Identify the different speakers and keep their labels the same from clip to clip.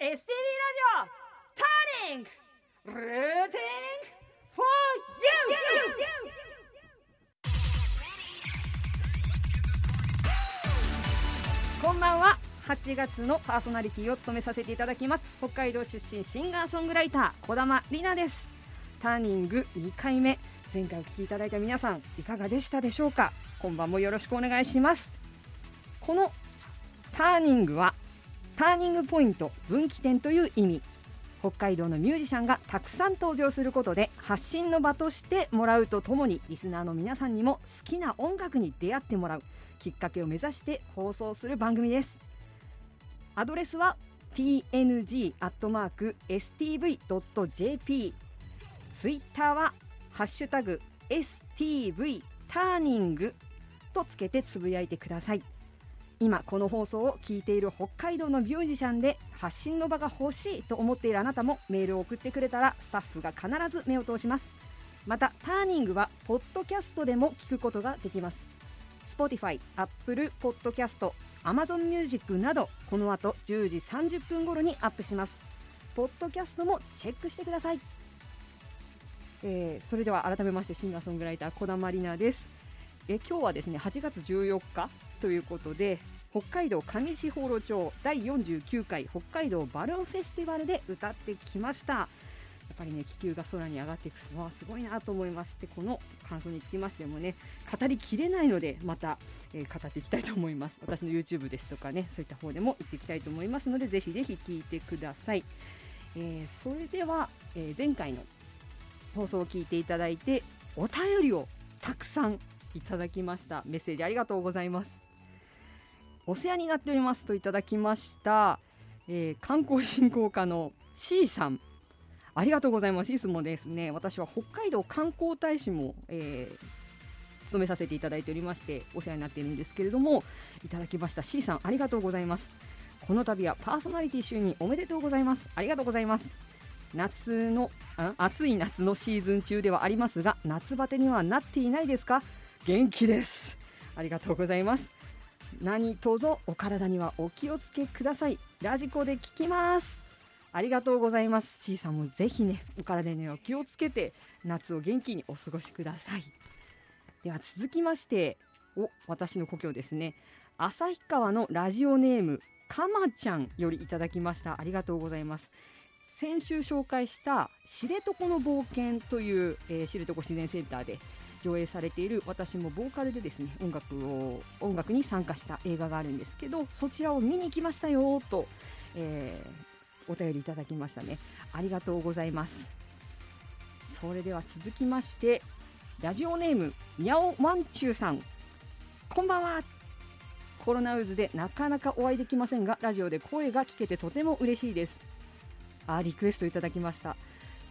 Speaker 1: STV ラジオターニングルーティングフォーユーこんばんは8月のパーソナリティを務めさせていただきます北海道出身シンガーソングライター小玉里奈ですターニング2回目前回お聞きいただいた皆さんいかがでしたでしょうか今晩もよろしくお願いしますこのターニングはターニングポイント分岐点という意味北海道のミュージシャンがたくさん登場することで発信の場としてもらうとともにリスナーの皆さんにも好きな音楽に出会ってもらうきっかけを目指して放送する番組ですアドレスは tng.stv.jp ツイッターは「ハッシュタグ #stv ターニング」とつけてつぶやいてください今この放送を聞いている北海道のミュージシャンで発信の場が欲しいと思っているあなたもメールを送ってくれたらスタッフが必ず目を通しますまたターニングはポッドキャストでも聞くことができます Spotify、Apple Podcast、Amazon Music などこの後10時30分頃にアップしますポッドキャストもチェックしてください、えーそれでは改めましてシンガーソングライター小玉里奈ですえ今日はですね8月14日ということで北海道上士幌町第49回北海道バルーンフェスティバルで歌ってきましたやっぱりね気球が空に上がっていくのはすごいなと思いますでこの感想につきましてもね語りきれないのでまた、えー語っていきたいと思います私の YouTube ですとかねそういった方でも行っていきたいと思いますのでぜひぜひ聞いてください、えーそれでは、えー前回の放送を聞いていただいてお便りをたくさんいただきましたメッセージありがとうございますお世話になっておりますといただきました、えー観光振興課の C さんありがとうございますいつもですね私は北海道観光大使も、えー務めさせていただいておりましてお世話になっているんですけれどもいただきました C さんありがとうございますこの度はパーソナリティ就任おめでとうございますありがとうございます夏のあ暑い夏のシーズン中ではありますが夏バテにはなっていないですか元気ですありがとうございます何卒お体にはお気をつけくださいラジコで聞きますありがとうございます C さんもぜひねお体にはお気をつけて夏を元気にお過ごしくださいでは続きましてお私の故郷ですね旭川のラジオネームかまちゃんよりいただきましたありがとうございます先週紹介した知床の冒険という、えー知床自然センターで上映されている私もボーカルでですね音楽を音楽に参加した映画があるんですけどそちらを見に来ましたよと、えーお便りいただきましたねありがとうございますそれでは続きましてラジオネームにゃおまんちゅうさんこんばんはコロナウイルスでなかなかお会いできませんがラジオで声が聞けてとても嬉しいですあリクエストいただきました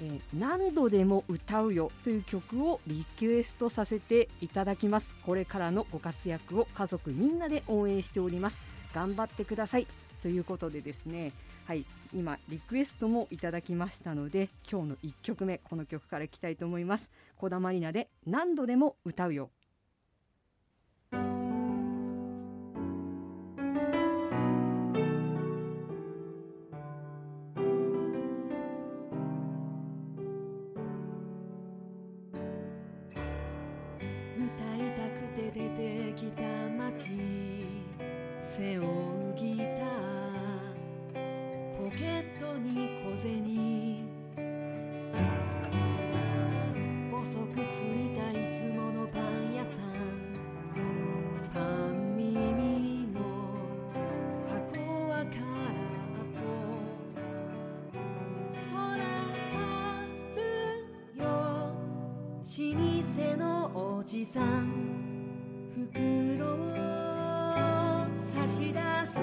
Speaker 1: えー何度でも歌うよという曲をリクエストさせていただきますこれからのご活躍を家族みんなで応援しております頑張ってくださいということでですねはい今リクエストもいただきましたので今日の1曲目この曲からいきたいと思います小玉里奈で何度でも歌うよ
Speaker 2: 歌いたくて出てきた街背負うギターポケットに小銭遅く着いたいつものパン屋さんパン耳の箱は空っぽほらあるよ老舗のおじさん袋を差し出す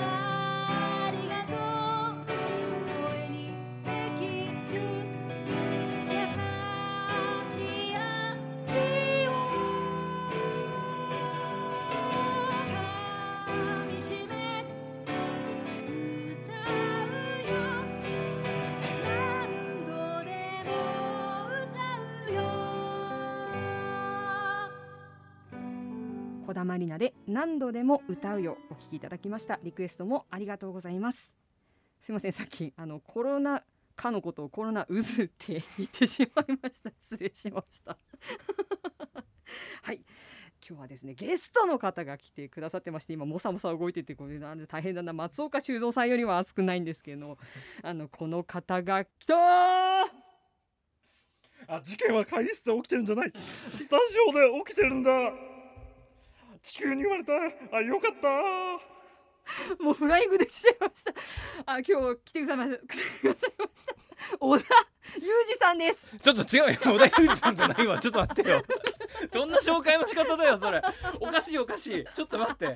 Speaker 2: ありがとう声にできず優しい味を噛みしめ歌うよ何度でも歌うよ
Speaker 1: 小玉里奈で何度でも歌うよお聞きいただきましたリクエストもありがとうございますすいませんさっきあのコロナかのことをコロナ渦って言ってしまいました失礼しました はい今日はですねゲストの方が来てくださってまして今もさもさ動いててこれなんで大変だな松岡修造さんよりは熱くないんですけどあのこの方が来たー
Speaker 3: あ事件は会議室で起きてるんじゃないスタジオで起きてるんだ地球に生まれたあよかった
Speaker 1: もうフライングでしちゃいました。あ、今日来てくださいました。来てくださいました。小田裕二さんです。
Speaker 4: ちょっと違うよ小田裕二さんじゃないわちょっと待ってよどんな紹介の仕方だよそれおかしいおかしいちょっと待って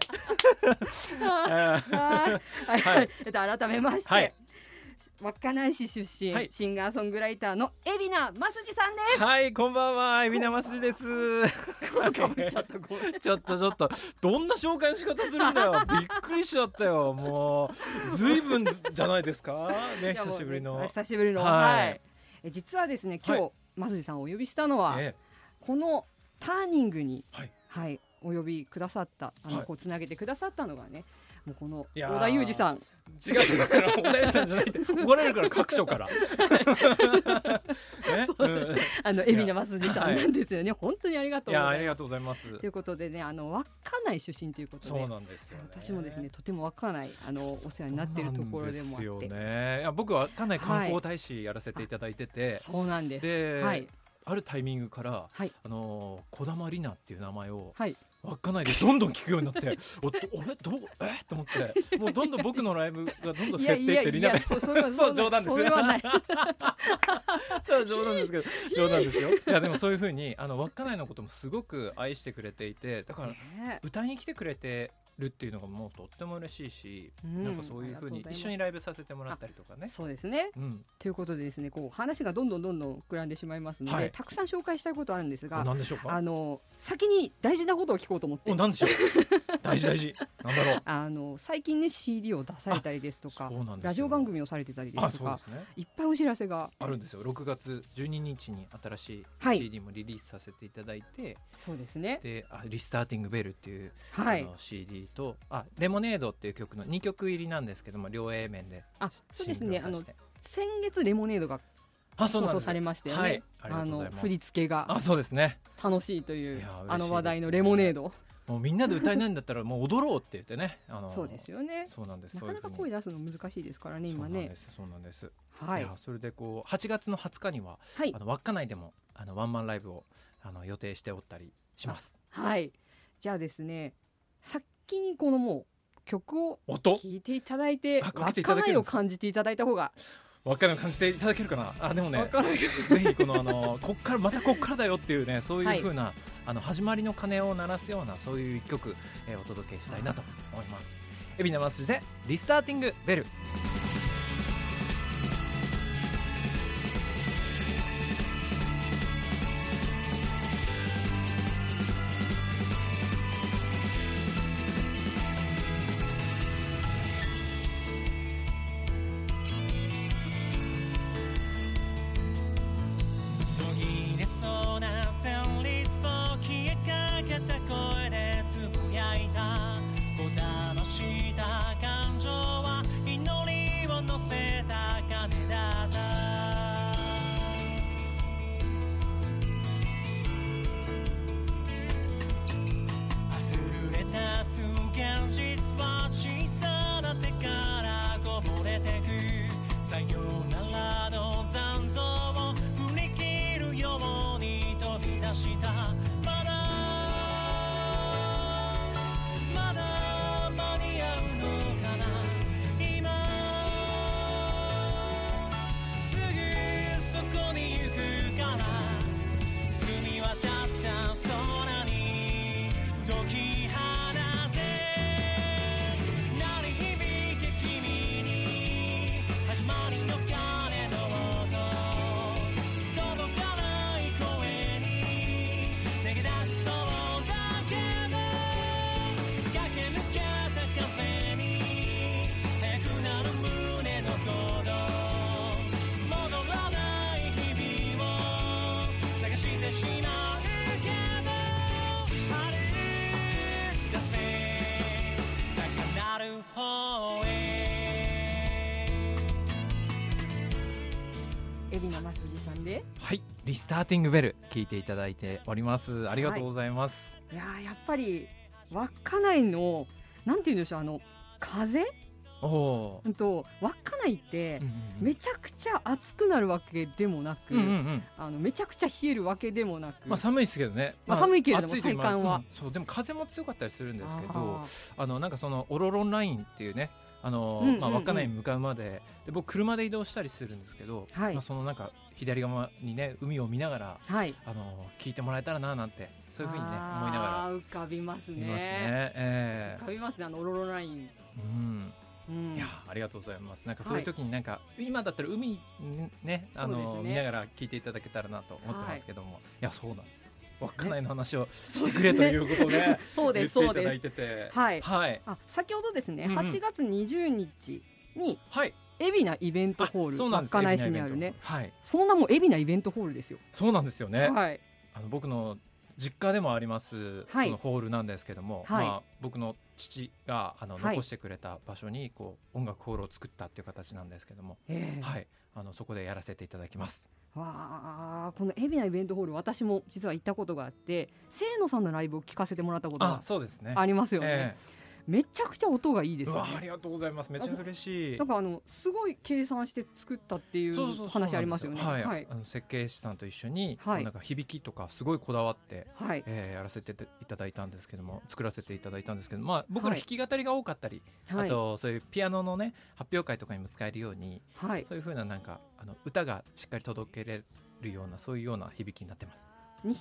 Speaker 1: は
Speaker 4: あ
Speaker 1: い、はい、
Speaker 4: はい
Speaker 1: えっと、改めまして。
Speaker 4: はい
Speaker 1: 稚内市出身、
Speaker 4: はい
Speaker 1: シンガーソングライターの海老名真嗣さんで
Speaker 4: ーはいこんばんは海老名真です
Speaker 1: す。このかぶっちゃった、ごめん。
Speaker 4: ちょっとちょっとどんな紹介の仕方するんだよびっくりしちゃったよもうずいぶんじゃないですかね
Speaker 1: いやもう
Speaker 4: 久しぶりの、
Speaker 1: あ久しぶりの。は。
Speaker 4: はいい
Speaker 1: え、実はですね、今日、
Speaker 4: は
Speaker 1: 真嗣さんをお呼びしたのは、
Speaker 4: え
Speaker 1: このターニングに。
Speaker 4: はい
Speaker 1: はい、お呼びくださった、あの、
Speaker 4: はい
Speaker 1: こうつなげてくださったのがね。もうこの
Speaker 4: いやー
Speaker 1: 小田裕二さん
Speaker 4: え違うから小田裕二さんじゃないって怒られるから各所 から、ねうん
Speaker 1: あの海老名真嗣さん
Speaker 4: はい
Speaker 1: なんですよね、本当にありがと
Speaker 4: い
Speaker 1: ご
Speaker 4: うや
Speaker 1: ざ
Speaker 4: あ
Speaker 1: い
Speaker 4: り
Speaker 1: ま
Speaker 4: がとうございます
Speaker 1: す。ということでね、あの稚内出身ということで、
Speaker 4: そうなんですよ、ね、
Speaker 1: 私もですね、とても稚内あのお世話になっているところでもあっ
Speaker 4: そうなん
Speaker 1: て
Speaker 4: です、よね、いや僕はかなり観光大使やらせていただいてて、
Speaker 1: そうなんです。
Speaker 4: で、
Speaker 1: はい
Speaker 4: あるタイミングから、
Speaker 1: はい
Speaker 4: あのー小玉里奈っていう名前を
Speaker 1: はい
Speaker 4: 稚内でどんどん聞くようになって、おっと俺どうえと思って、もうどんどん僕のライブがどんどん
Speaker 1: い
Speaker 4: 減
Speaker 1: や
Speaker 4: っ
Speaker 1: い
Speaker 4: てい
Speaker 1: や
Speaker 4: って
Speaker 1: い
Speaker 4: 里
Speaker 1: や、
Speaker 4: 奈
Speaker 1: そうそれは
Speaker 4: そう冗談です
Speaker 1: それは ない。
Speaker 4: そう冗談ですけど冗談ですよ。いやでもそういう風にあの稚内のこともすごく愛してくれていて、だから
Speaker 1: ね
Speaker 4: 歌いに来てくれてるっていうのがもうとっても嬉しいし、
Speaker 1: うん
Speaker 4: なんかそうい
Speaker 1: あり
Speaker 4: う風に
Speaker 1: がとうございます
Speaker 4: 一緒にライブさせてもらったりとかね。
Speaker 1: そうですね。
Speaker 4: うん、
Speaker 1: ということでですね、こう話がどんどんどんどん膨らんでしまいますので、
Speaker 4: はい
Speaker 1: たくさん紹介したいことあるんですが、
Speaker 4: なんでしょうか
Speaker 1: あ。の先に大事なことを聞こうと思って
Speaker 4: お、。なん でしょう。大事大事。なんだろう。
Speaker 1: あの最近ね CD を出されたりですとか
Speaker 4: そうなんですよ
Speaker 1: ラジオ番組をされてたりで
Speaker 4: あ、
Speaker 1: すと
Speaker 4: そうで
Speaker 1: か
Speaker 4: すね。
Speaker 1: いっぱいお知らせが
Speaker 4: あるんですよ。6月12日に新し
Speaker 1: はい
Speaker 4: い CD もリリースさせていただいて、
Speaker 1: そうですね
Speaker 4: で、あリスターティングベルっていう、
Speaker 1: はい
Speaker 4: あの CD と、あ、レモネードっていう曲の2曲入りなんですけども、両 A 面で
Speaker 1: あそうです
Speaker 4: シング
Speaker 1: ね
Speaker 4: ル
Speaker 1: あ
Speaker 4: を出
Speaker 1: の
Speaker 4: して。
Speaker 1: 先月レモネードが
Speaker 4: あ、そう
Speaker 1: 放
Speaker 4: なん
Speaker 1: 送
Speaker 4: です
Speaker 1: され
Speaker 4: よ。
Speaker 1: ましたよね、
Speaker 4: はい。ありが
Speaker 1: あ
Speaker 4: とうご
Speaker 1: の
Speaker 4: ざいま
Speaker 1: 振り
Speaker 4: す。
Speaker 1: 付けが
Speaker 4: あ、そうですね。
Speaker 1: 楽しいという
Speaker 4: いや嬉しいですね
Speaker 1: あの話題のレモネード
Speaker 4: もうみんなで歌えないんだったら、も う踊ろうって言ってね。あの。
Speaker 1: そうですよね
Speaker 4: そうなんです。
Speaker 1: な
Speaker 4: そう
Speaker 1: か
Speaker 4: い
Speaker 1: な
Speaker 4: う
Speaker 1: か
Speaker 4: 風に
Speaker 1: 声出すの難しいですからね今
Speaker 4: そうなん
Speaker 1: ね
Speaker 4: です。そうなんです。
Speaker 1: はいい
Speaker 4: やそれでこう8月の20日には
Speaker 1: はい
Speaker 4: あの稚内でもあのワンマンライブをあの予定しておったりします。
Speaker 1: はいじゃあですね先にこのもう曲を
Speaker 4: 音
Speaker 1: 聴いていただいて
Speaker 4: あかけていた
Speaker 1: 稚
Speaker 4: だけ
Speaker 1: 内
Speaker 4: るん
Speaker 1: を
Speaker 4: ですか
Speaker 1: 感じていただいた方が
Speaker 4: 稚内を感じていただけるかな。あでもね、
Speaker 1: 稚内
Speaker 4: ぜひこのあのこっからまたこっからだよっていうねそう
Speaker 1: はいいう
Speaker 4: 風な、あの始まりの鐘を鳴らすようなそういう一曲、えーお届けしたいなと思います。海老名マスでリスターティングベル。
Speaker 5: 途切れそうな旋律を消えかけた声でつぶやいたこだました感情は祈り
Speaker 1: ます藤井さんで
Speaker 4: はいリスターティングベル聞いていただいておりますありがとうございます、
Speaker 1: いやーやっぱり稚内のなんて言うんでしょうあの風
Speaker 4: おおー
Speaker 1: うんと稚内ってめちゃくちゃ暑くなるわけでもなく、
Speaker 4: うんうんうん
Speaker 1: あのめちゃくちゃ冷えるわけでもなく、
Speaker 4: まあ寒いですけどね、
Speaker 1: まあ寒いけれども
Speaker 4: 暑と今
Speaker 1: 体感は
Speaker 4: うんそうでも風も強かったりするんですけど
Speaker 1: あー
Speaker 4: あのなんかそのオロロンラインっていうねあのー
Speaker 1: うんうんうん
Speaker 4: まあ稚内に向かうまでで僕車で移動したりするんですけど、
Speaker 1: はい
Speaker 4: まあそのなんか左側にね海を見ながら
Speaker 1: はい
Speaker 4: あのー聞いてもらえたらななんてそういうふうにね
Speaker 1: あー
Speaker 4: 思いなが
Speaker 1: 浮かびます
Speaker 4: ら
Speaker 1: ね
Speaker 4: いますね。え
Speaker 1: 浮かびますねあのオロロライン、
Speaker 4: えうん
Speaker 1: うん
Speaker 4: いやーありがとうございます。なんかそういう時になんか、今だったら海にねあ
Speaker 1: そうで
Speaker 4: の
Speaker 1: すね
Speaker 4: 見ながら聞いていただけたらなと思ってますけども、い、やそうなんですよ。稚内の話をしてくれということで、
Speaker 1: そうですそう
Speaker 4: 言っ
Speaker 1: で
Speaker 4: ていただいてて、
Speaker 1: すはい
Speaker 4: はい
Speaker 1: あ先ほどですね、
Speaker 4: うんうん
Speaker 1: 8月20日に
Speaker 4: はい
Speaker 1: 海老名イベントホ
Speaker 4: あそう
Speaker 1: ー
Speaker 4: な
Speaker 1: ル
Speaker 4: んです
Speaker 1: 稚内市にある
Speaker 4: エビナイ
Speaker 1: ね
Speaker 4: ベントはい
Speaker 1: その名も海老名イベントホールですよ
Speaker 4: そうなんですよね。
Speaker 1: はい
Speaker 4: あの僕の実家でもあります、
Speaker 1: はい
Speaker 4: そのホールなんですけども、
Speaker 1: はい
Speaker 4: まあ僕の父があの
Speaker 1: はい
Speaker 4: 残してくれた場所にこう音楽ホールを作ったっていう形なんですけども、
Speaker 1: ええ
Speaker 4: はいあのそこでやらせていただきます。
Speaker 1: わあこの海老名イベントホール私も実は行ったことがあって清野さんのライブを聞かせてもらったこと
Speaker 4: あ
Speaker 1: が
Speaker 4: そうですね。
Speaker 1: ありますよね、
Speaker 4: え
Speaker 1: めちゃくちゃ音がいいで
Speaker 4: え
Speaker 1: す
Speaker 4: う
Speaker 1: よ
Speaker 4: わあ
Speaker 1: ね
Speaker 4: りがとうございますめっちゃ嬉しい
Speaker 1: なん。かあのすごい計算して作ったってい
Speaker 4: そうそうそう
Speaker 1: う話ありますよね
Speaker 4: そうなんです
Speaker 1: は
Speaker 4: はいい、あの設計士さんと一緒に、
Speaker 1: はい
Speaker 4: なんか響きとかすごいこだわって、
Speaker 1: はい
Speaker 4: えーやらせていただいたんですけども作らせていただいたんですけど、まあ、僕の
Speaker 1: はい
Speaker 4: 弾き語りが多かったり、
Speaker 1: はい
Speaker 4: あとそういうピアノのね発表会とかにも使えるように、
Speaker 1: はい
Speaker 4: そういう風ななんかあの歌がしっかり届けれるようなそういうような響きになってます。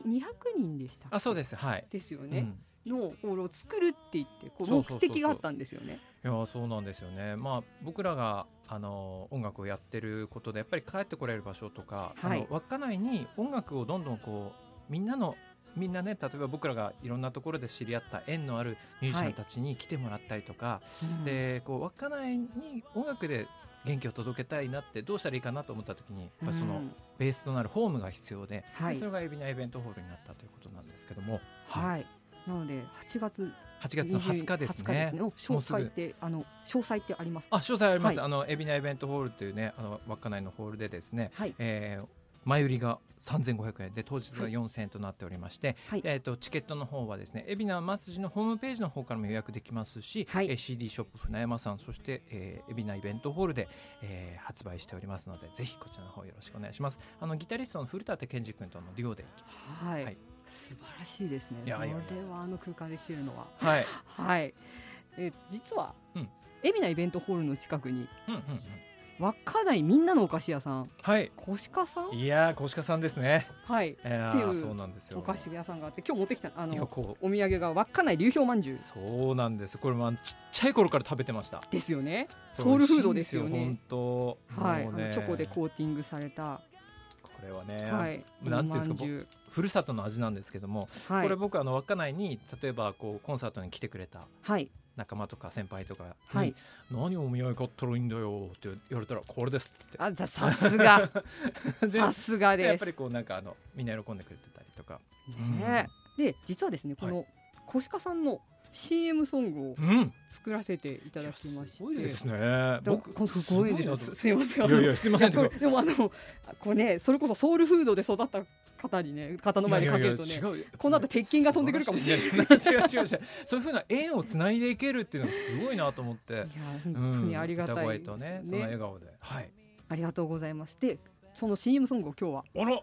Speaker 1: に200人でした
Speaker 4: あそうですはい、
Speaker 1: ですよ
Speaker 4: う
Speaker 1: ね、
Speaker 4: ん
Speaker 1: のホールを作るって言ってこ
Speaker 4: そうそう
Speaker 1: う
Speaker 4: そうそう
Speaker 1: 目的があったんですよね
Speaker 4: いやーそうなんですよね、まあ、僕らがあのー音楽をやってることでやっぱり帰ってこれる場所とか、
Speaker 1: はい
Speaker 4: あの稚内に音楽をどんどんこうみんなのみんなね例えば僕らがいろんなところで知り合った縁のあるミュージシャンたちに来てもらったりとか、
Speaker 1: うん
Speaker 4: でこう稚内に音楽で元気を届けたいなってどうしたらいいかなと思った時にやっぱりそうの
Speaker 1: ん
Speaker 4: ベースとなるホームが必要で,、
Speaker 1: はい
Speaker 4: でそれがエビナイベントホールになったということなんですけども、い、
Speaker 1: はいなので8月
Speaker 4: 8月の20日です
Speaker 1: 20
Speaker 4: ね。
Speaker 1: お詳
Speaker 4: もうす
Speaker 1: 細
Speaker 4: ぐ
Speaker 1: ってあの詳細ってありますか
Speaker 4: あ詳細あります、
Speaker 1: は
Speaker 4: あの海老名イベントホールというねあの稚内のホールでですね、
Speaker 1: はい
Speaker 4: えー前売りが3500円で当日が
Speaker 1: はい
Speaker 4: 4000円となっておりまして、
Speaker 1: はい
Speaker 4: えー、とチケットの方はですね海老名マスジのホームページの方からも予約できますし、
Speaker 1: はい
Speaker 4: えー CD ショップ船山さんそしてえー海老名イベントホールで、えー発売しておりますのでぜひこちらの方よろしくお願いしますあのギタリストの古舘健二君とのデュオで、
Speaker 1: はい、
Speaker 4: はい
Speaker 1: 素晴らしいですね
Speaker 4: いや
Speaker 1: それ
Speaker 4: いやいや
Speaker 1: はあの空間で聴けるのは
Speaker 4: はい
Speaker 1: はいえ実は、
Speaker 4: うん
Speaker 1: 海老名イベントホールの近くに
Speaker 4: うんうんうん、
Speaker 1: 稚内みんなのお菓子屋さん
Speaker 4: はい
Speaker 1: コシカさん
Speaker 4: いやー小鹿さんですね
Speaker 1: はい
Speaker 4: いや
Speaker 1: ってい
Speaker 4: ー
Speaker 1: う
Speaker 4: そうなんですよ
Speaker 1: お菓子屋さんがあって今日持ってきたあ
Speaker 4: いや
Speaker 1: の
Speaker 4: こう
Speaker 1: お土産が稚内流氷まんじゅう
Speaker 4: そうなんです。これまあちっちゃい頃から食べてました。
Speaker 1: ですよねソウルフードですよね
Speaker 4: 本当。
Speaker 1: はい、
Speaker 4: もう
Speaker 1: あ
Speaker 4: ね
Speaker 1: のチョコでコーティングされた、
Speaker 4: これはね、
Speaker 1: はい、
Speaker 4: なんていうんですか
Speaker 1: おまじゅう
Speaker 4: ふるさとの味なんですけども、
Speaker 1: はい、
Speaker 4: これ僕あの稚内に例えばこうコンサートに来てくれた
Speaker 1: はい、
Speaker 4: 仲間とか先輩とかに、
Speaker 1: はい
Speaker 4: 何お土産買ったらいいんだよって言われたらこれですっつ
Speaker 1: あ、じゃあさすが、
Speaker 4: って。 で
Speaker 1: さすが
Speaker 4: でやっ
Speaker 1: で
Speaker 4: ぱ
Speaker 1: す。
Speaker 4: りこうなんかあのみんな喜んでくれてたりとか。
Speaker 1: ね、で、実はですね、この、コシカさんの CM ソングを
Speaker 4: うん。い
Speaker 1: 作らせていただ
Speaker 4: や
Speaker 1: き
Speaker 4: す
Speaker 1: まして、
Speaker 4: ごいですね。
Speaker 1: でも
Speaker 4: 僕
Speaker 1: このすごいです
Speaker 4: ご
Speaker 1: よ。
Speaker 4: なと
Speaker 1: すすいません。
Speaker 4: いやいやすいません
Speaker 1: いやこれでもあのこれねそれこそソウルフードで育った方にね方の前にかけるとね
Speaker 4: いやいやいや違う
Speaker 1: この後鉄筋が飛んでくるかもしれない
Speaker 4: や違う違う違うそういうふうな縁をつないでいけるっていうのがすごいなと思って
Speaker 1: いや本当にありがたい
Speaker 4: うん、歌声
Speaker 1: です
Speaker 4: と
Speaker 1: よ
Speaker 4: ねその笑顔ではい
Speaker 1: ありがとうございますでその CM ソングを今日は
Speaker 4: あら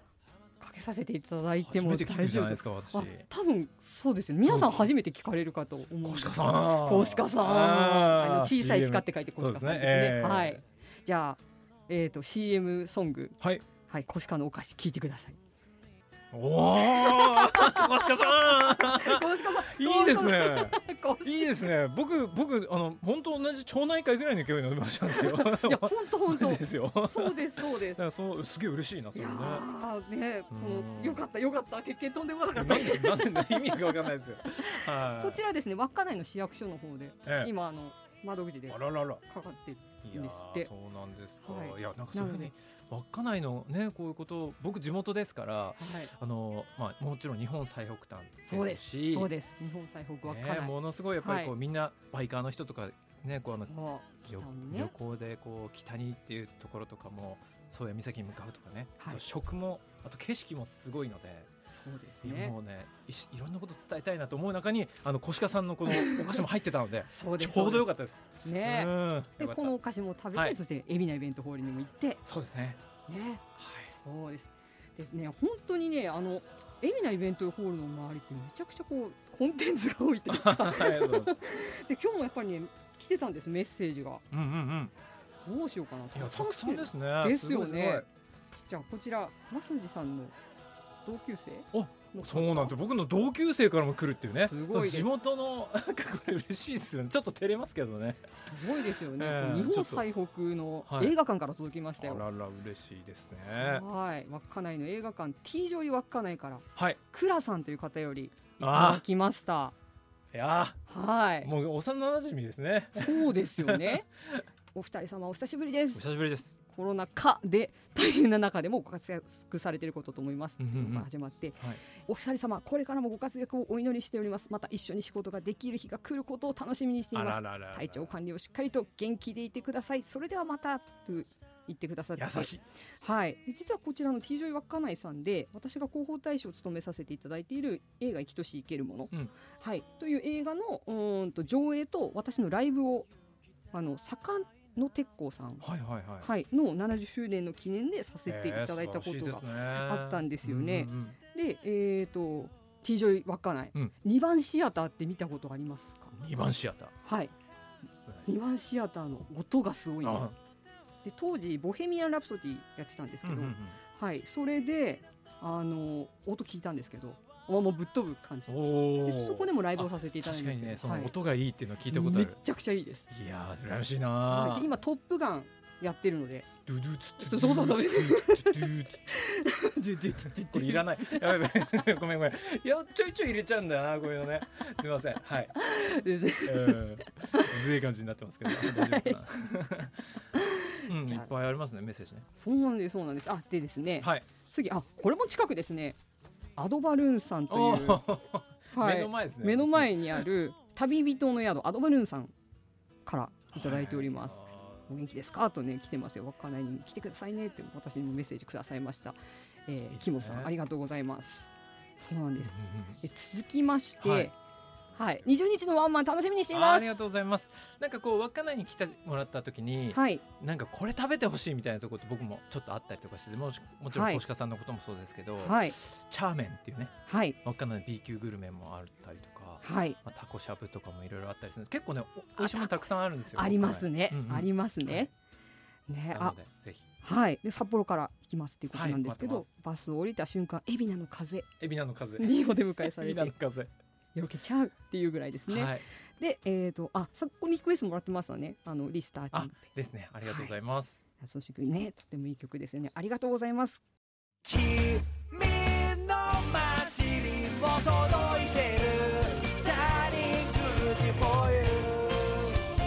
Speaker 1: かけさせていただいて
Speaker 4: 初
Speaker 1: も
Speaker 4: めて
Speaker 1: 大
Speaker 4: 聞くじ
Speaker 1: 丈
Speaker 4: ゃ
Speaker 1: 夫で
Speaker 4: ないですすか私
Speaker 1: あ多分そうですよね皆さん初めて聞かれるかと思う
Speaker 4: コシカ
Speaker 1: ん
Speaker 4: さん
Speaker 1: コシカさん
Speaker 4: あ
Speaker 1: あ
Speaker 4: ー
Speaker 1: の小さい鹿って書いてコシカさんですね
Speaker 4: そうですねえー
Speaker 1: はいじゃあえっ、と CM ソング
Speaker 4: はい
Speaker 1: はいコシカのお菓子聞いてください
Speaker 4: おーコシカさ
Speaker 1: コシカ さ
Speaker 4: んいいですね
Speaker 1: んコシ
Speaker 4: いいですね僕僕あの本当同じ町内会ぐらいの勢いの飲みましたんですよ
Speaker 1: いや本当
Speaker 4: マ
Speaker 1: 本
Speaker 4: ジ
Speaker 1: 当
Speaker 4: ですよだ
Speaker 1: そうですそうです
Speaker 4: からそうすげえ嬉しいなそ
Speaker 1: い
Speaker 4: れ
Speaker 1: や
Speaker 4: ね
Speaker 1: ーねこ
Speaker 4: うん
Speaker 1: のよかったよかった鉄拳飛んでこなか
Speaker 4: な
Speaker 1: っ
Speaker 4: ん
Speaker 1: た
Speaker 4: でなんで意味がわかんないですよはい
Speaker 1: こちらですね稚内の市役所の方で
Speaker 4: ええ
Speaker 1: 今あの窓口で
Speaker 4: あ
Speaker 1: から
Speaker 4: らら
Speaker 1: かって
Speaker 4: いや
Speaker 1: ですって
Speaker 4: ーそうなんですか、
Speaker 1: はい
Speaker 4: い、やなんかそういうふう
Speaker 1: な
Speaker 4: に稚内のねこういうことを僕地元ですからあの、まあ、もちろん日本最北端
Speaker 1: そう
Speaker 4: ですし
Speaker 1: そうです日本最北稚
Speaker 4: ね
Speaker 1: 内
Speaker 4: ものすごいやっぱりこう、
Speaker 1: は
Speaker 4: みんなバイカーの人とかねこうあの
Speaker 1: も
Speaker 4: 旅
Speaker 2: 北にね
Speaker 4: 旅行でこう北にっていうところとかも宗谷岬に向かうとかね、
Speaker 1: はい
Speaker 4: あと食もあと景色もすごいので、
Speaker 1: うそうです
Speaker 4: いや
Speaker 1: ね
Speaker 4: もうねいしいろんなこと伝えたいなと思う中にあの小鹿さんのこのお菓子も入ってたので
Speaker 1: そうで
Speaker 4: ち
Speaker 1: す
Speaker 4: ょうどよかったです。
Speaker 1: そうですね
Speaker 4: うん
Speaker 1: で
Speaker 4: よかった
Speaker 1: このお菓子も食べて、
Speaker 4: はい
Speaker 1: そして海老名イベントホールにも行って
Speaker 4: そうですね、
Speaker 1: ね
Speaker 4: はい、
Speaker 1: そうですでね本当にねあの海老名イベントホールの周りってめちゃくちゃこうコンテンツが多いと いう か
Speaker 4: ありがとうございます
Speaker 1: で今日もやっぱりね来てたんですメッセージが
Speaker 4: うんうん
Speaker 1: どうしようかな
Speaker 4: うん。いやたくさんですね。
Speaker 1: ですよね
Speaker 4: ごいごい
Speaker 1: じゃあこちらマスジさんの同級生
Speaker 4: お
Speaker 1: の方
Speaker 4: そうなんですよ僕の同級生からも来るっていうね
Speaker 1: すごいです
Speaker 4: 地元の なんかこれ嬉しいですよねちょっと照れますけどね
Speaker 1: すごいですよね、
Speaker 4: ええ
Speaker 1: 日
Speaker 4: ちょ
Speaker 1: 本
Speaker 4: っと
Speaker 1: 最北の
Speaker 4: はい
Speaker 1: 映画館から届きまし
Speaker 4: あ
Speaker 1: たよ、
Speaker 4: らら嬉しいですね
Speaker 1: はい稚内の映画館 T 上位稚内から
Speaker 4: はい
Speaker 1: 倉さんという方よりいただ
Speaker 4: あ
Speaker 1: きました
Speaker 4: いや
Speaker 1: は
Speaker 4: ー
Speaker 1: い
Speaker 4: もう幼馴染みですね
Speaker 1: そうですよ ねお二人様お久しぶりで
Speaker 4: お
Speaker 1: す
Speaker 4: 久しぶりです
Speaker 1: コロナ禍で大変な中でもご活躍されていることと思いますっていうのが始まって、
Speaker 4: はい
Speaker 1: お二人様これからもご活躍をお祈りしておりますまた一緒に仕事ができる日が来ることを楽しみにしてい
Speaker 4: あ
Speaker 1: ます
Speaker 4: ららら
Speaker 1: 体調管理をしっかりと元気でいてくださいそれではまたと言ってくださって
Speaker 4: 優しい
Speaker 1: はい、で実はこちらの T ・ジョイ稚内さんで私が広報大使を務めさせていただいている映画「生きとし生けるもの」
Speaker 4: うん
Speaker 1: はい、という映画のうーんと上映と私のライブをあの坂野鉄工さん、
Speaker 4: はいはいはい
Speaker 1: はい、の70周年の記念でさせていただいたこ
Speaker 4: え
Speaker 1: と
Speaker 4: ー素晴らしいで
Speaker 1: が
Speaker 4: すね
Speaker 1: あったんですよね
Speaker 4: うんうんうん
Speaker 1: で、えー、と T ・ジョイ稚内、
Speaker 4: うん
Speaker 1: 2番シアターって見たことありますか
Speaker 4: 二番シアター
Speaker 1: はい2番シアターの音がすごいんです
Speaker 4: あ
Speaker 1: で当時「ボヘミアン・ラプソディ」やってたんです
Speaker 4: う
Speaker 1: け
Speaker 4: んう
Speaker 1: ど、
Speaker 4: んうん
Speaker 1: はい、それであの音聞いたんですけどあもうぶっ飛ぶ感じ
Speaker 4: お
Speaker 1: で
Speaker 4: ー
Speaker 1: そこでもライブをさせていただい
Speaker 4: 確
Speaker 1: た
Speaker 4: か
Speaker 1: ん
Speaker 4: にね
Speaker 1: です
Speaker 4: そ
Speaker 1: けど、
Speaker 4: の
Speaker 1: はい
Speaker 4: 音がいいっていうのを聞いたことあ
Speaker 1: めっ
Speaker 4: る
Speaker 1: ちゃくちゃいいです、
Speaker 4: いやー羨ましい
Speaker 1: は、
Speaker 4: ないー
Speaker 1: で今「トップガン」やってるので
Speaker 4: ドゥドゥツ
Speaker 1: ドゥそうそうそう
Speaker 4: ドゥドゥツドゥドゥツこれいらないやべやべごめんごめんいやちょいちょい入れちゃうんだよなこういうのねすみませんはい
Speaker 1: ですね
Speaker 4: うんずるい感じになってますけど大丈夫かなうん
Speaker 1: じ
Speaker 4: い
Speaker 1: ゃ
Speaker 4: っ
Speaker 1: あ
Speaker 4: ぱいありますねメッセージね
Speaker 1: そうなんですそうなんですあでですね、
Speaker 4: はい
Speaker 1: 次あこれも近くですねアドバルーンさんと
Speaker 4: お
Speaker 1: いう、は
Speaker 4: ー
Speaker 1: い、
Speaker 4: 目の前ですね
Speaker 1: 目の前にある旅人の宿アドバルーンさんからいただいております、お元気ですかとね来てますよ稚内に来てくださいねって私にもメッセージくださいました、えー
Speaker 4: すね
Speaker 1: キモさんありがとうございますそうなんです
Speaker 4: うんうんうん
Speaker 1: で続きましては
Speaker 4: はいい、
Speaker 1: 20日のワンマン楽しみにしてい
Speaker 4: あー
Speaker 1: ま
Speaker 4: あ
Speaker 1: す
Speaker 4: りがとうございますなんかこう稚内に来てもらった時に
Speaker 1: はい
Speaker 4: なんかこれ食べてほしいみたいなところって僕もちょっとあったりとかしてもしもちろ
Speaker 1: は
Speaker 4: ん
Speaker 1: い
Speaker 4: 小鹿さんのこともそうですけど
Speaker 1: はい
Speaker 4: チャーメンっていうね
Speaker 1: はい
Speaker 4: 稚内の B 級グルメもあったりとか、
Speaker 1: はい
Speaker 4: まあ、タコしゃぶとかもいろいろあったりするんです結構ねお美味しいものたくさんあるんですよ
Speaker 1: ありますね、
Speaker 4: うんうん
Speaker 1: ありますね、ね
Speaker 4: な
Speaker 1: あ
Speaker 4: のでぜひ
Speaker 1: はいで札幌から行きますっていうことなんですけど、
Speaker 4: はい待
Speaker 1: バスを降りた瞬間海老名の 風
Speaker 4: 海老名の風海
Speaker 1: にお出迎えされ
Speaker 4: 老名
Speaker 1: て
Speaker 4: の風
Speaker 1: よけ ちゃうっていうぐらいですね、
Speaker 4: はい
Speaker 1: でえっ、とあそこにリクエストもらってますわねあのリスターティン
Speaker 4: あですねありがとうございます、
Speaker 1: そしてねとてもいい曲ですよねありがとうございます
Speaker 5: 君の街にも届いてるダーリングルティフォイル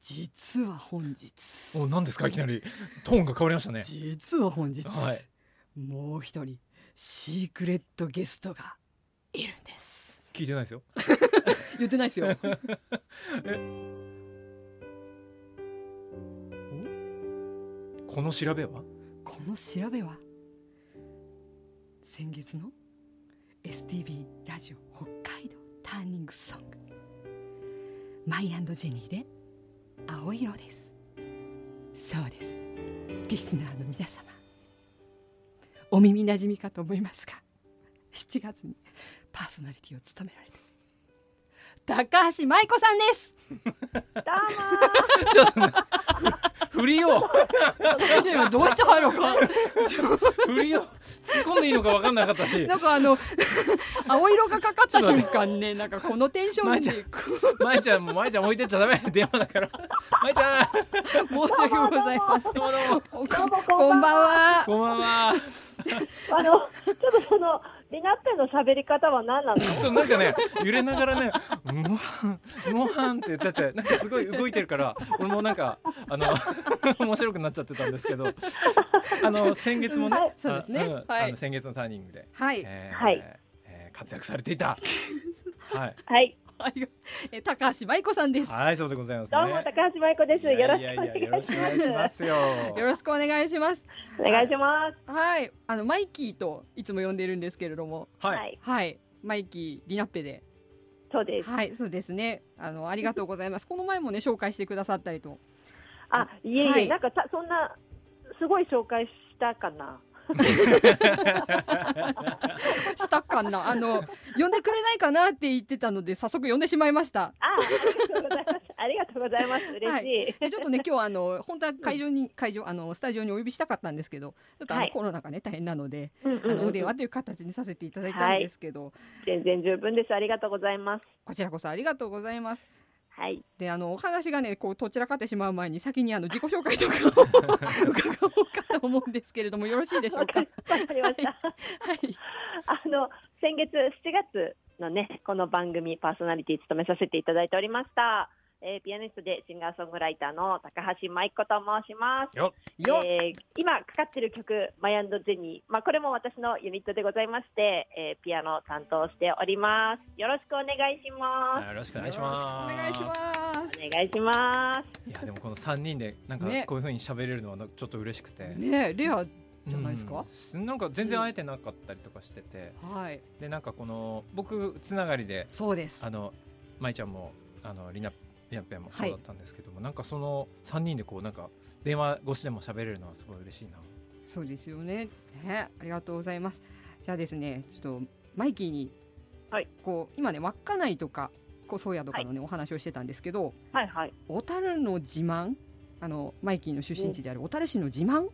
Speaker 1: 実は本日
Speaker 4: お何ですかいきなりトーンが変わりましたね
Speaker 1: 実は本日、
Speaker 4: はい
Speaker 1: もう一人シークレットゲストがいるんです
Speaker 4: 聞いてないですよ
Speaker 1: 言ってないですよ
Speaker 4: この調べは
Speaker 1: この調べは先月の STB ラジオ北海道ターニングソングマイジェニーで青色ですそうですリスナーの皆様お耳なじみかと思いますが7月にパーソナリティを務められた高橋舞子さんです
Speaker 4: ちょっとねふ 振りを
Speaker 1: いや今どうした入ろうか
Speaker 4: 振りを突っ込んでいいのか分かんなかったし
Speaker 1: なんかあの 青色がかかった瞬間ねなんかこのテンションで
Speaker 4: まいちゃんもまいちゃん置いてっちゃダメ電話だからまいちゃん
Speaker 1: 申し訳ございません
Speaker 4: どうもどうも
Speaker 1: ここんばんは
Speaker 4: こんばんは
Speaker 6: あの、ちょっとその、りなっぺの喋り方は何なの
Speaker 4: そうなんかね揺れながらね「モハンモハン」ってだってなんかすごい動いてるから俺もなんかあの面白くなっちゃってたんですけどあの先月もね,あ、
Speaker 6: はい
Speaker 1: そうですね
Speaker 4: ん
Speaker 1: はい
Speaker 4: あの先月のターニングで、
Speaker 1: はい、
Speaker 4: え
Speaker 6: はい
Speaker 4: えー活躍されていたはい
Speaker 6: はい
Speaker 1: ありがえ高橋舞子さんです。
Speaker 4: はいそうでございます、ね、
Speaker 6: どうも高橋舞子です
Speaker 4: い
Speaker 6: よ
Speaker 4: や
Speaker 6: ろ
Speaker 4: い
Speaker 6: し
Speaker 4: やい
Speaker 6: くお
Speaker 4: やよ
Speaker 6: 願
Speaker 4: ろ
Speaker 6: い
Speaker 4: し
Speaker 6: し
Speaker 4: くお
Speaker 6: ま
Speaker 4: 願いしますすよ
Speaker 1: よろしくお願いします。
Speaker 6: お願いします
Speaker 1: はい、あのマイキーといつも呼んでるんですけれども、
Speaker 6: は、
Speaker 4: はいい
Speaker 1: はい、マイキーリナッペで、
Speaker 6: そうです
Speaker 1: はい、そうですね。あのありがとうございます。この前もね紹介してくださったりと、
Speaker 6: あいえいえ、
Speaker 1: はい
Speaker 6: なんかたそんなすごい紹介したかな
Speaker 1: したかな、あの呼んでくれないかなって言ってたので早速呼んでしまいました。
Speaker 6: あありがとうございます。ありがとうございます。嬉しい。
Speaker 1: でちょっと ね今日はあの本当は会場に、会場あのスタジオにお呼びしたかったんですけど、ちょっとあの、
Speaker 6: はい
Speaker 1: コロナがね大変なので、
Speaker 6: うん
Speaker 1: あのお
Speaker 6: うん
Speaker 1: 電
Speaker 6: う
Speaker 1: 話
Speaker 6: ん、
Speaker 1: という形にさせていただいたんですけど、
Speaker 6: 全然十分です。ありがとうございます。
Speaker 1: こちらこそありがとうございます。
Speaker 6: はい。
Speaker 1: であのお話がねこうどちらかってしまう前に先にあの自己紹介と かを 伺おうかと思うんですけれどもよろしいでしょう
Speaker 6: わ
Speaker 1: か
Speaker 6: か。わかりました。
Speaker 1: はい
Speaker 6: あの先月7月のねこの番組パーソナリティ務めさせていただいておりました。えー、ピアニストでシンガーソングライターの高橋舞子と申します。
Speaker 1: よ、
Speaker 6: えー今かかってる曲「マイアンドジェニー」まあ、これも私のユニットでございまして、えーピアノを担当しておりますよろしくお願いします
Speaker 4: よろしくお願いします
Speaker 1: お願いします。
Speaker 6: お願いします
Speaker 4: いやでもこの三人でなんか
Speaker 1: ね
Speaker 4: こういう風に喋れるのはなんかちょっと嬉しくて、
Speaker 1: ねレアじゃないですか。
Speaker 4: うんなんか全然会えてなかったりとかしてて、
Speaker 1: はい
Speaker 4: でなんかこの僕つながりで
Speaker 1: そうです
Speaker 4: あ。の舞ちゃんもあのりなりなぺんもそ
Speaker 1: は
Speaker 4: う
Speaker 1: い
Speaker 4: だったんですけども、なんかその三人でこうなんか電話越しでも喋れるのはすごい嬉しいな。
Speaker 1: そうですよね。ね、ありがとうございます。じゃあですね、ちょっとマイキーに、
Speaker 6: はい
Speaker 1: こう今ね稚内とかこう宗谷とかのね、お話をしてたんですけど、
Speaker 6: はいはい
Speaker 1: 小樽の自慢、あのマイキーの出身地である小樽市の自慢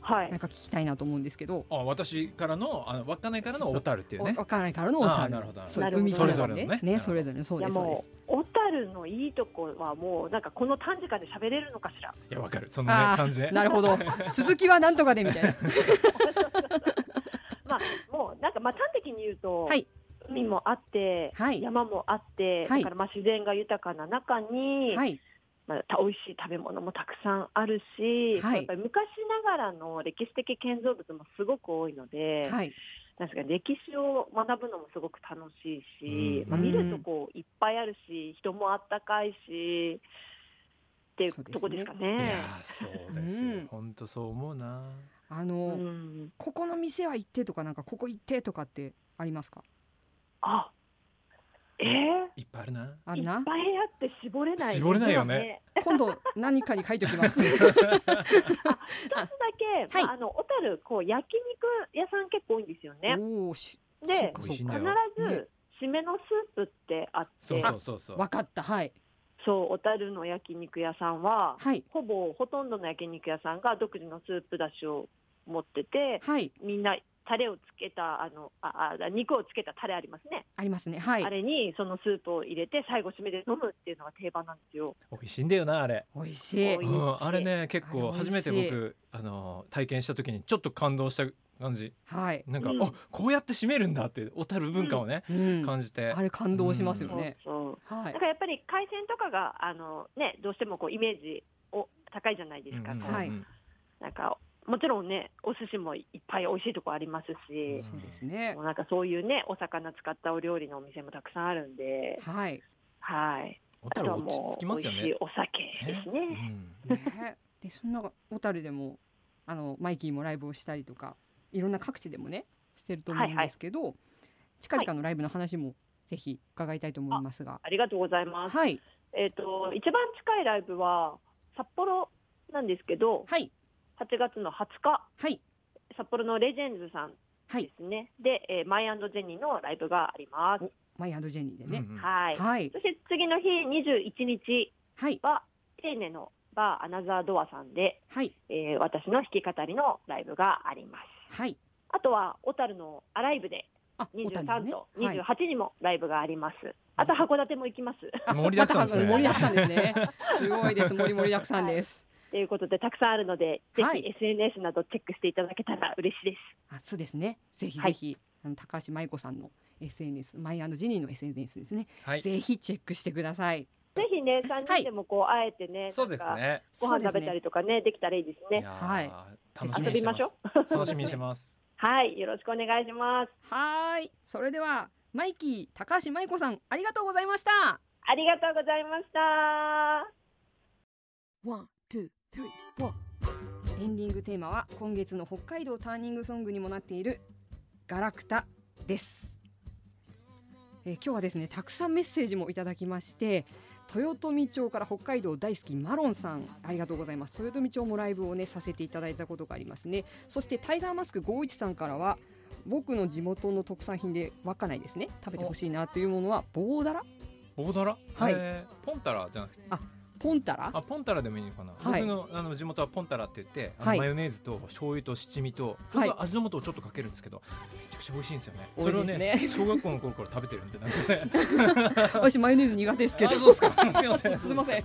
Speaker 6: は
Speaker 1: なん
Speaker 6: い
Speaker 1: か聞きたいなと思うんですけど、
Speaker 4: あ私からのあの稚内からの小樽っていうね
Speaker 1: お。稚内からの小
Speaker 4: あー
Speaker 1: 樽、
Speaker 4: なるほど
Speaker 1: そうです
Speaker 6: なるほど
Speaker 1: 海
Speaker 6: それ
Speaker 1: 沿い
Speaker 6: ぞ
Speaker 1: な
Speaker 4: れ
Speaker 1: ん
Speaker 4: の
Speaker 1: で
Speaker 4: ね
Speaker 1: ね
Speaker 4: なるほど
Speaker 1: それぞれのそう
Speaker 6: いや
Speaker 1: ですそうで
Speaker 6: も
Speaker 1: す。
Speaker 6: う小樽のいいとこはもうなんかこの短時間で喋れるのかしら
Speaker 4: いやわかるその、ね
Speaker 1: あ、ー
Speaker 4: 感じで。
Speaker 1: なるほど、続きはなんとかでみたいな。
Speaker 6: まあもうなんかまあ端的に言うと、
Speaker 1: はい
Speaker 6: 海もあって、
Speaker 1: はい
Speaker 6: 山もあって、
Speaker 1: はい
Speaker 6: だからまあ自然が豊かな中に、
Speaker 1: はい、
Speaker 6: まあ、た美味しい食べ物もたくさんあるし、
Speaker 1: はい
Speaker 6: やっぱり昔ながらの歴史的建造物もすごく多いので、
Speaker 1: はい、
Speaker 6: なんですか歴史を学ぶのもすごく楽しいし、
Speaker 4: うん
Speaker 6: まあ、見るとこいっぱいあるし人もあったかいしっていう
Speaker 1: そうですね
Speaker 6: とこですか
Speaker 4: い
Speaker 6: ね。
Speaker 4: やーそうです
Speaker 1: う
Speaker 4: よ
Speaker 1: ん。
Speaker 4: 本、当、そう思うな。
Speaker 1: あ
Speaker 6: う
Speaker 1: の、
Speaker 6: ん、
Speaker 1: ここの店は行ってとかなんかここ行ってとかってありますか？
Speaker 6: あえー、
Speaker 4: いっぱいあるな。
Speaker 1: あ
Speaker 6: い
Speaker 1: る
Speaker 6: っぱいあ
Speaker 1: な。
Speaker 6: って絞れない
Speaker 4: 絞れないよね
Speaker 1: 今度何かに書いておきます。
Speaker 6: 一つだけ、
Speaker 1: はい
Speaker 6: まあ、あの小樽こう焼肉屋さん結構多いんですよね。
Speaker 1: おお、し
Speaker 6: で
Speaker 4: 美
Speaker 1: そ
Speaker 4: 味しいん
Speaker 6: 必
Speaker 4: だよ。
Speaker 6: ず締めのスープってあって、
Speaker 4: そうそうそうそう。
Speaker 1: わかった。はい。
Speaker 6: そう小樽の焼肉屋さんは
Speaker 1: はい。
Speaker 6: ほぼほとんどの焼肉屋さんが独自のスープだしを持ってて
Speaker 1: はい。
Speaker 6: みんなタレをつけたあのああ肉をつけたタレありますね、
Speaker 1: ありますね。はい
Speaker 6: あ。れにそのスープを入れて最後締めで飲むっていうのが定番なんですよ。
Speaker 4: 美味しいんだよなあれ。
Speaker 1: 美味しい。
Speaker 6: 美味しい
Speaker 4: うん、あれね結
Speaker 1: あれ美
Speaker 4: 構
Speaker 1: 味し
Speaker 4: 初
Speaker 1: い
Speaker 4: めて僕あの体験した時にちょっと感動した感じ
Speaker 1: はい。
Speaker 4: なんか、
Speaker 6: うん
Speaker 4: あこうやって締めるんだって小樽文化をね、
Speaker 1: うん。
Speaker 4: 感じて
Speaker 1: あれ感動しますよね。
Speaker 6: そう
Speaker 1: は
Speaker 6: そうだ
Speaker 1: い
Speaker 6: か。らやっぱり海鮮とかがあの、ね、どうしてもこうイメージを高いじゃないですか。
Speaker 4: うんうん
Speaker 6: こ
Speaker 4: う
Speaker 6: うん
Speaker 1: はい
Speaker 6: なんかもちろんねお寿司もいっぱい美味しいとこありますし、
Speaker 1: そうですね
Speaker 6: も。うなんかそういうねお魚使ったお料理のお店もたくさんあるんで、
Speaker 1: はい。
Speaker 6: はい。
Speaker 4: 小
Speaker 6: あと
Speaker 4: 樽
Speaker 6: は
Speaker 4: 落ち
Speaker 6: も
Speaker 4: 着きます
Speaker 6: う美味
Speaker 4: よ
Speaker 6: しい
Speaker 4: ね。
Speaker 6: お酒ですね。
Speaker 4: ね
Speaker 1: ねでそんな小樽でもあのマイキーもライブをしたりとかいろんな各地でもねしてると思うんですけど、近々のライブの話もぜひ伺いたいと思いますが。
Speaker 6: ありがとうございます。
Speaker 1: はい。
Speaker 6: えっ、と一番近いライブは札幌なんですけど、
Speaker 1: はい。
Speaker 6: 8月の20日
Speaker 1: はい。
Speaker 6: 札幌のレジェンズさん
Speaker 1: はい
Speaker 6: で。すね。で、えーマイアンドジェニーのライブがあります。
Speaker 1: マイアンドジェニーでね。
Speaker 4: うんうん
Speaker 6: はい。
Speaker 1: はい。
Speaker 6: そして次の日21日
Speaker 1: はい。
Speaker 6: は丁寧のバーアナザードアさんで。
Speaker 1: はい。
Speaker 6: えー私の弾き語りのライブがあります。
Speaker 1: はい。
Speaker 6: あとは小樽のアライブで
Speaker 1: あ、小樽
Speaker 6: 23
Speaker 1: ね
Speaker 6: と
Speaker 1: はい
Speaker 6: 28にもライブがあります。あと函館も行きます。
Speaker 4: 盛りだくさんですね。
Speaker 1: 盛りだくさんです ね。すごいです。盛り盛りだくさんです。
Speaker 6: ということでたくさんあるので、
Speaker 1: はい
Speaker 6: ぜひ SNS などチェックしていただけたら嬉しいです。
Speaker 1: あ、そうですね。ぜひぜひ、あの高橋舞子さんの SNS マイジニーの SNS ですね、
Speaker 4: はい。
Speaker 1: ぜひチェックしてください
Speaker 6: ぜひね、三人でもこう、会えてね、
Speaker 4: そうです
Speaker 6: なんか
Speaker 4: ね。
Speaker 6: ご飯食べたりとかね、できたらいいですね。
Speaker 1: はい
Speaker 4: いやー。楽しみにしてま
Speaker 6: 遊びましょ
Speaker 4: す。楽しみにして ます。
Speaker 6: はい、よろしくお願いします。
Speaker 1: はーいそれではマイキー高橋舞子さんありがとうございました
Speaker 6: ありがとうございました。
Speaker 2: One, two, three, four.
Speaker 1: エンディングテーマは今月の北海道ターニングソングにもなっているガラクタです、えー今日はですねたくさんメッセージもいただきまして豊富町から北海道大好きマロンさんありがとうございます豊富町もライブをねさせていただいたことがありますねそしてタイガーマスク51さんからは僕の地元の特産品で稚内ですね食べてほしいなというものは棒だら
Speaker 4: ボーダラ。
Speaker 1: はい
Speaker 4: えー。ポンタラじゃなくて、
Speaker 1: ポンタラ
Speaker 4: あ、ポンタラでもいいのかな。
Speaker 1: はい
Speaker 4: 僕のあの地元はポンタラって言って、あ
Speaker 1: は
Speaker 4: の
Speaker 1: い
Speaker 4: マヨネーズと醤油と七味と、
Speaker 1: はい
Speaker 4: 僕は味の素をちょっとかけるんですけど、めちゃくちゃ美味しいんですよね。
Speaker 1: 美
Speaker 4: そ
Speaker 1: 味し
Speaker 4: れを
Speaker 1: いです
Speaker 4: ね
Speaker 1: ね、
Speaker 4: 小学校の頃から食べてるんでなん かね。
Speaker 1: 私マヨネーズ苦手ですけど
Speaker 4: あそうですか。 すいませ ん。
Speaker 1: すみません。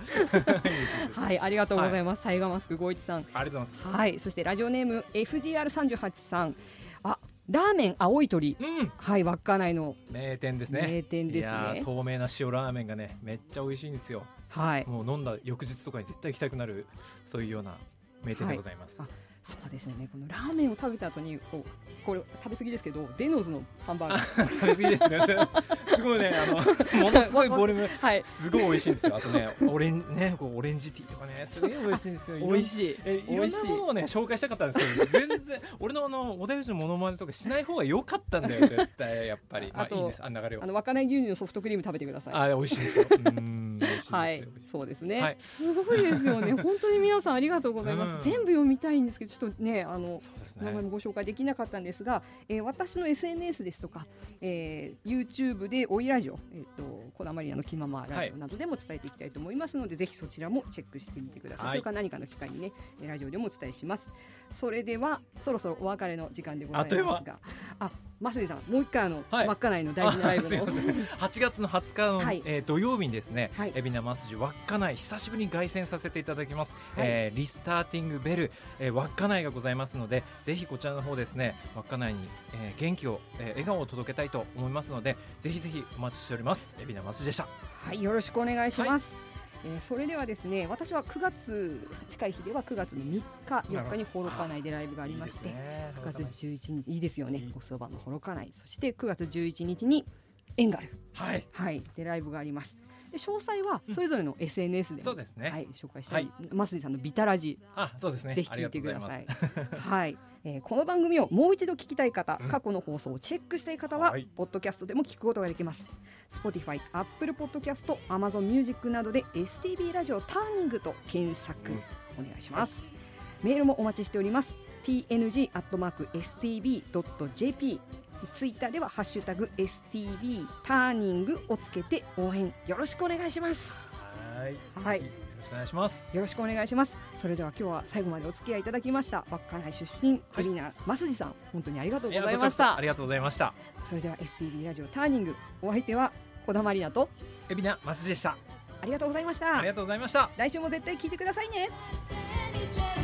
Speaker 1: はいありがとうございます、タイガーマスク51さん
Speaker 4: ありがとうございます。
Speaker 1: はい、そしてラジオネーム FGR38 さん、あ、ラーメン青い鳥、
Speaker 4: うん、
Speaker 1: はい、稚内の
Speaker 4: 名店ですね。
Speaker 1: 名店です
Speaker 4: いや
Speaker 1: ね
Speaker 4: ー。透明な塩ラーメンがねめっちゃ美味しいんですよ
Speaker 1: はい、
Speaker 4: もう飲んだ翌日とかに絶対行きたくなるそういうような名店でございます、
Speaker 1: はそうですね。このラーメンを食べた後にこうこれ食べ過ぎですけど、デノーズのハンバーガー、
Speaker 4: 食べ過ぎですね すごいねあのものすごいボリューム
Speaker 1: はい、
Speaker 4: すごい美味しいんですよあと ねオレンねこうオレンジティーとかねすごい 美味しいんですよ
Speaker 1: 美味
Speaker 4: い
Speaker 1: しい
Speaker 4: ろんえ、い
Speaker 1: 美
Speaker 4: ろん
Speaker 1: 味
Speaker 4: な
Speaker 1: しい
Speaker 4: も。のをね 紹介したかったんですけど全然俺のあの小田裕二のモノマネとかしない方が良かったん だよ絶対やっぱりまあ
Speaker 1: あと
Speaker 4: いいですあ流れを
Speaker 1: あの若内牛乳のソフトクリーム食べてください。
Speaker 4: あ美味しいですようーん美味しいですよ、
Speaker 1: はい、そうですね、
Speaker 4: はい
Speaker 1: すごいですよね。本当に皆さんありがとうございます。
Speaker 4: うん
Speaker 1: 全部読みたいんですけど、ちょっとね、あの
Speaker 4: そうです
Speaker 1: 名前
Speaker 4: ね
Speaker 1: もご紹介できなかったんですが、えー私の SNS ですとか、えー YouTube でおいラジオ、えー、とこだまりやの気ままラジオなどでも伝えていきたいと思いますので、ぜひそちらもチェックしてみてください、
Speaker 4: はい
Speaker 1: それから何かの機会にねえーラジオでもお伝えしますそれではそろそろお別れの時間でございますがあマスリさんもう一回あの、
Speaker 4: はい
Speaker 1: 稚内の大事なライブの
Speaker 4: あすいません8月の20日の、
Speaker 1: はい
Speaker 4: えー土曜日にですね、
Speaker 1: はい
Speaker 4: 海老名マスジ稚内久しぶりに凱旋させていただきます、
Speaker 1: はい
Speaker 4: えーリスターティングベル、えー、稚内がございますのでぜひこちらの方ですね稚内に、えー元気を、えー笑顔を届けたいと思いますのでぜひぜひお待ちしております海老名マスジでした
Speaker 1: はい、よろしくお願いします。えーそれではですね、私は9月近い日では9月の3日4日に幌加内でライブがありまして、
Speaker 4: いいですね
Speaker 1: 9月11日いいですよね、ご相場の幌加内、そして9月11日にエンガル
Speaker 4: はい
Speaker 1: はいでライブがあります。で詳細はそれぞれの SNS でも、
Speaker 4: そうですね、
Speaker 1: はい紹介したり、
Speaker 4: は
Speaker 1: マスデさんのビタラジ
Speaker 4: あそうですね
Speaker 1: ぜひ聞いてくだ
Speaker 4: あ
Speaker 1: さ
Speaker 4: り
Speaker 1: い
Speaker 4: がとうござ。
Speaker 1: はい、えーこの番組をもう一度聞きたい方、
Speaker 4: うん
Speaker 1: 過去の放送をチェックしたい方は、
Speaker 4: はい
Speaker 1: ポッドキャストでも聞くことができます。Spotify、Apple Podcast、Amazon Music などで STB ラジオターニングと検索お願いします。メールもお待ちしております。tng アットマーク stb ドット jp ツイッターではハッシュタグ stb ターニングをつけて応援よろしくお願いします。
Speaker 4: はい
Speaker 1: はい
Speaker 4: ぜひよろしくお願いします
Speaker 1: よろしくお願いしますそれでは今日は最後までお付き合いいただきました稚内出身
Speaker 4: はい
Speaker 1: 海老名正治さん本当にありがとうご
Speaker 4: や
Speaker 1: ざい
Speaker 4: こち
Speaker 1: ま
Speaker 4: らこ
Speaker 1: し
Speaker 4: そ
Speaker 1: た
Speaker 4: ありがとうございました
Speaker 1: それでは STV ラジオターニングお相手は小田まりなと
Speaker 4: 海老名マスジでした
Speaker 1: ありがとうございまし
Speaker 4: あ
Speaker 1: た
Speaker 4: りがとうございました
Speaker 1: 来週も絶対聞いてくださいね
Speaker 7: Let me tell